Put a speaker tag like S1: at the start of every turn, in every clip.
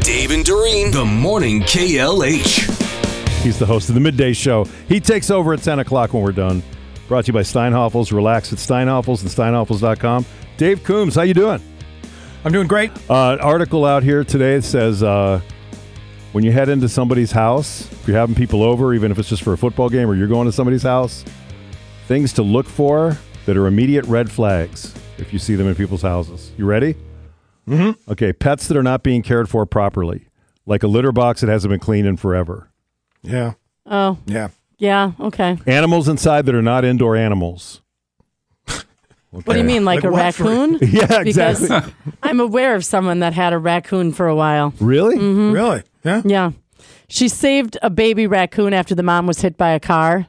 S1: Dave and Doreen, the morning KLH.
S2: He's the host of the midday show. He takes over at 10 o'clock when we're done. Brought to you by Steinhoffels. Relax at Steinhoffels and Steinhoffels.com. Dave Coombs, how you doing?
S3: I'm doing great.
S2: Uh, an article out here today that says uh, when you head into somebody's house, if you're having people over, even if it's just for a football game or you're going to somebody's house, things to look for that are immediate red flags if you see them in people's houses. You ready? Mm-hmm. Okay, pets that are not being cared for properly, like a litter box that hasn't been cleaned in forever.
S3: Yeah.
S4: Oh,
S3: Yeah.
S4: yeah. Okay.
S2: Animals inside that are not indoor animals.
S4: What do you mean, like,
S3: Like
S4: a
S3: what for-
S4: raccoon?
S2: Yeah,
S4: Because
S2: exactly.
S4: I'm aware of someone that had a raccoon for a while.
S2: Really?
S4: Mm-hmm.
S3: Really? Yeah.
S4: Yeah. She saved a baby raccoon after the mom was hit by a car.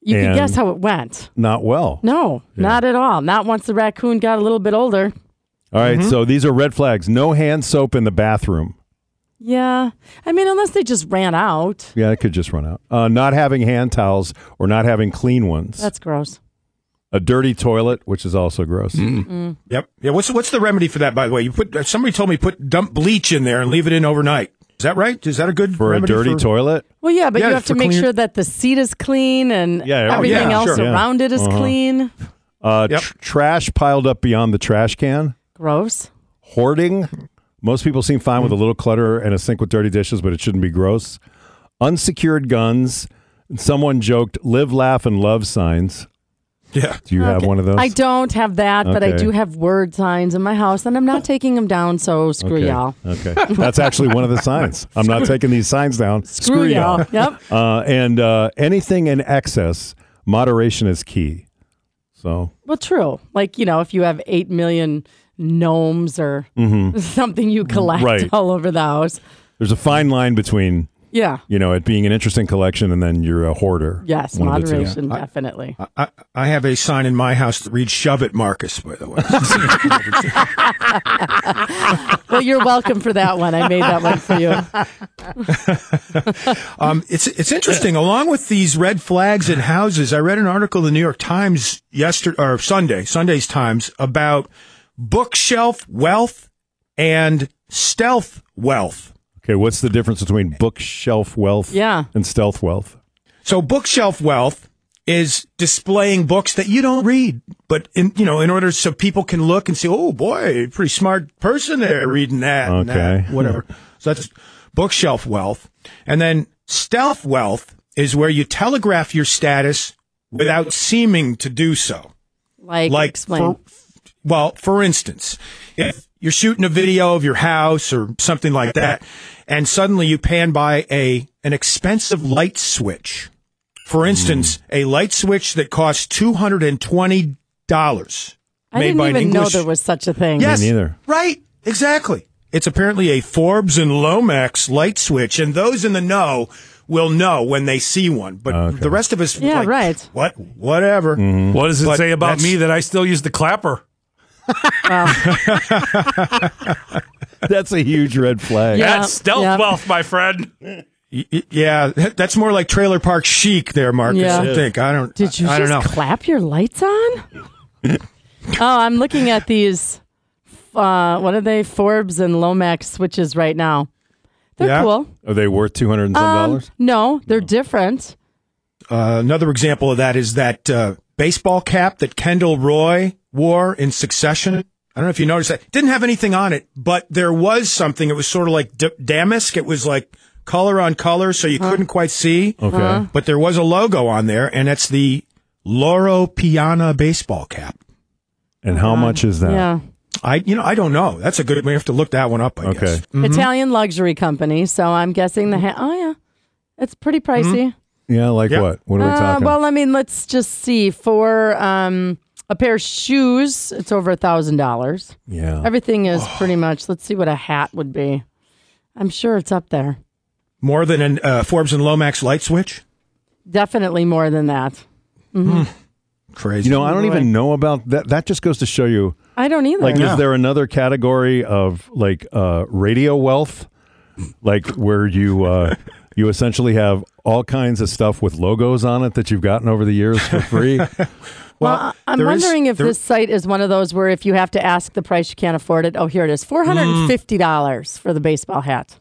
S4: You can
S2: And-
S4: guess how it went.
S2: Not well.
S4: No, not at all. Not once the raccoon got a little bit older.
S2: All right,
S4: Mm-hmm.
S2: so these are red flags. No hand soap in the bathroom.
S4: Yeah. I mean, unless they just ran out.
S2: Yeah, it could just run out. Uh, not having hand towels or not having clean ones.
S4: That's gross.
S2: a dirty toilet, which is also gross.
S3: Yep. Yeah. What's what's the remedy for that? By the way, you put uh, somebody told me put dump bleach in there and leave it in overnight. Is that right? Is that a good
S2: For a
S3: remedy
S2: dirty
S3: for-
S2: toilet?
S4: Well, yeah, but
S3: Yeah,
S4: you have to
S3: for
S4: make
S3: clean-
S4: sure that the seat is clean and
S2: Yeah, oh,
S4: everything
S3: yeah, Uh-huh.
S4: else
S3: sure.
S2: Yeah.
S4: around it is clean.
S2: Uh,
S3: Yep.
S2: tr- trash piled up beyond the trash can.
S4: Gross.
S2: Hoarding. Most people seem fine with a little clutter and a sink with dirty dishes, but it shouldn't be gross. Unsecured guns. Someone joked, live, laugh, and love signs.
S3: Yeah.
S2: Do you have
S4: Okay.
S2: one of those?
S4: I don't have that, but I
S2: Okay.
S4: do have word signs in my house, and I'm not taking them down, so screw
S2: Okay.
S4: y'all.
S2: Okay. That's actually one of the signs. I'm not taking these signs down.
S4: Screw, y'all. Yep.
S2: Uh, and uh, anything in excess, moderation is key. So,
S4: Well, true. Like, you know, if you have 8 million gnomes or something you collect
S2: Right.
S4: all over the house.
S2: there's a fine line between,
S4: Yeah.
S2: you know, it being an interesting collection and then you're a hoarder.
S4: Yes,
S2: One of the two.
S4: moderation, definitely.
S3: I, I have a sign in my house that reads "Shove it, Marcus." By the way,
S4: well, you're welcome for that one. I made that one for you.
S3: um, it's it's interesting. Along with these red flags in houses, I read an article in the New York Times yesterday or Sunday, Sunday's Times, about bookshelf wealth and stealth wealth.
S2: Okay. What's the difference between bookshelf wealth
S4: Yeah.
S2: and stealth wealth?
S3: So bookshelf wealth is displaying books that you don't read, but in you know, in order so people can look and say, "Oh boy, pretty smart person there reading that." and that,"
S2: Okay.
S3: whatever. so that's bookshelf wealth, and then stealth wealth is where you telegraph your status without seeming to do so.
S4: Like,
S3: Like,
S4: explain.
S3: For, well, for instance, if you're shooting a video of your house or something like that, and suddenly you pan by a an expensive light switch. For instance, a light switch that costs two hundred and twenty dollars.
S4: I
S3: made
S4: didn't
S3: by an
S4: even know
S3: English-
S4: there was such a thing.
S3: Yes,
S2: neither.
S3: Right, exactly. It's apparently a Forbes and Lomax light switch, and those in the know will know when they see one. But the rest of us,
S4: Yeah,
S3: like,
S4: right.
S3: What, whatever.
S5: What does it
S3: But
S5: say about
S3: that's-
S5: me that I still use the clapper?
S2: That's a huge red flag.
S4: Yeah.
S5: That's stealth
S4: yeah.
S5: wealth, my friend.
S3: Y- y- Yeah, that- that's more like trailer park chic there, Marcus.
S4: Yeah.
S3: I think I don't.
S4: Did you
S3: I, I don't
S4: just
S3: know.
S4: clap your lights on? oh, I'm looking at these. Uh, what are they? Forbes and Lomax switches right now. They're
S3: Yeah.
S4: cool.
S2: Are they worth 200 and some
S4: Um,
S2: dollars?
S4: no, they're different.
S3: Uh, another example of that is that uh, baseball cap that Kendall Roy wore in Succession. I don't know if you noticed that. Didn't have anything on it, but there was something. It was sort of like d- damask. It was like color on color, so you couldn't quite see.
S2: Okay.
S4: uh,
S3: But there was a logo on there, and it's the Loro Piana baseball cap.
S2: And how much is that?
S4: uh, Yeah.
S3: I, you know, I don't know. That's a good. We have to look that one up. I
S2: Okay.
S3: guess.
S4: Italian luxury company. So I'm guessing the ha- oh yeah, it's pretty
S3: Mm-hmm.
S4: pricey.
S2: Yeah, like
S3: Yeah.
S2: what? What are we
S4: Uh,
S2: talking?
S4: well, I mean, let's just see for um, a pair of shoes, it's over a thousand dollars.
S2: yeah.
S4: Everything is
S3: Oh.
S4: pretty much. Let's see what a hat would be. I'm sure it's up there.
S3: More than an uh, Forbes and Lomax light switch.
S4: Definitely more than that.
S3: Crazy.
S2: you know, I don't
S4: Boy.
S2: even know about that. That just goes to show you
S4: I don't either.
S2: Like, is there another category of like uh, radio wealth, like where you uh, you essentially have all kinds of stuff with logos on it that you've gotten over the years for free?
S4: Well,
S3: Well,
S4: I- I'm
S3: there is-
S4: wondering if
S3: there-
S4: this site is one of those where if you have to ask the price, you can't afford it. Oh, here it
S2: Mm.
S4: is $450 for the baseball hat.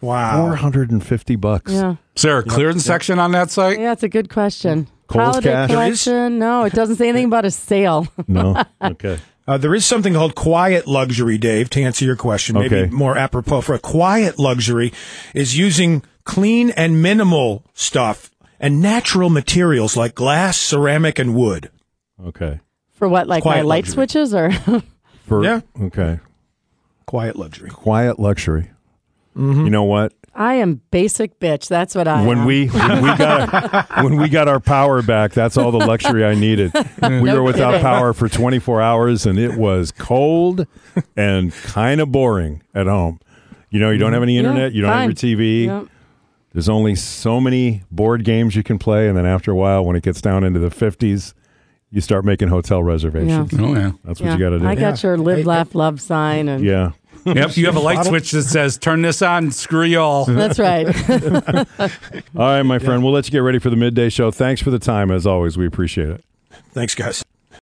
S3: Wow.
S2: Four hundred and fifty bucks.
S4: Yeah.
S5: Is there a clearance section on that site?
S4: Yeah, it's a good question.
S2: Kohl's
S4: Holiday
S2: cash? There
S3: is?
S4: collection? No, it doesn't say anything about a sale.
S2: No. Okay.
S3: Uh, there is something called quiet luxury, Dave, to answer your question. Maybe
S2: Okay.
S3: more apropos for a quiet luxury is using clean and minimal stuff and natural materials like glass, ceramic, and wood.
S2: Okay.
S4: For what, like my
S3: Quiet
S4: light
S3: luxury.
S4: switches or
S2: For,
S3: Yeah.
S2: Okay.
S3: Quiet luxury.
S2: Quiet luxury. You know what?
S4: I am basic bitch. That's what I
S2: when
S4: am.
S2: we when we got when we got our power back, that's all the luxury I needed. We were without
S4: kidding.
S2: power for 24 hours, and it was cold and kind of boring at home. You know, you don't have any internet, you don't
S4: fine.
S2: have your TV.
S4: Yep.
S2: There's only so many board games you can play, and then after a while, when it gets down into the 50s, you start making hotel reservations.
S5: Oh yeah.
S2: That's
S4: Yeah.
S2: what you got to do.
S4: I got your live, laugh, love sign. and
S2: yeah.
S5: Yep. You have a light switch that says "Turn this on, screw y'all."
S4: That's right.
S2: All right, my friend, we'll let you get ready for the midday show. Thanks for the time, as always. We appreciate it.
S3: Thanks, guys.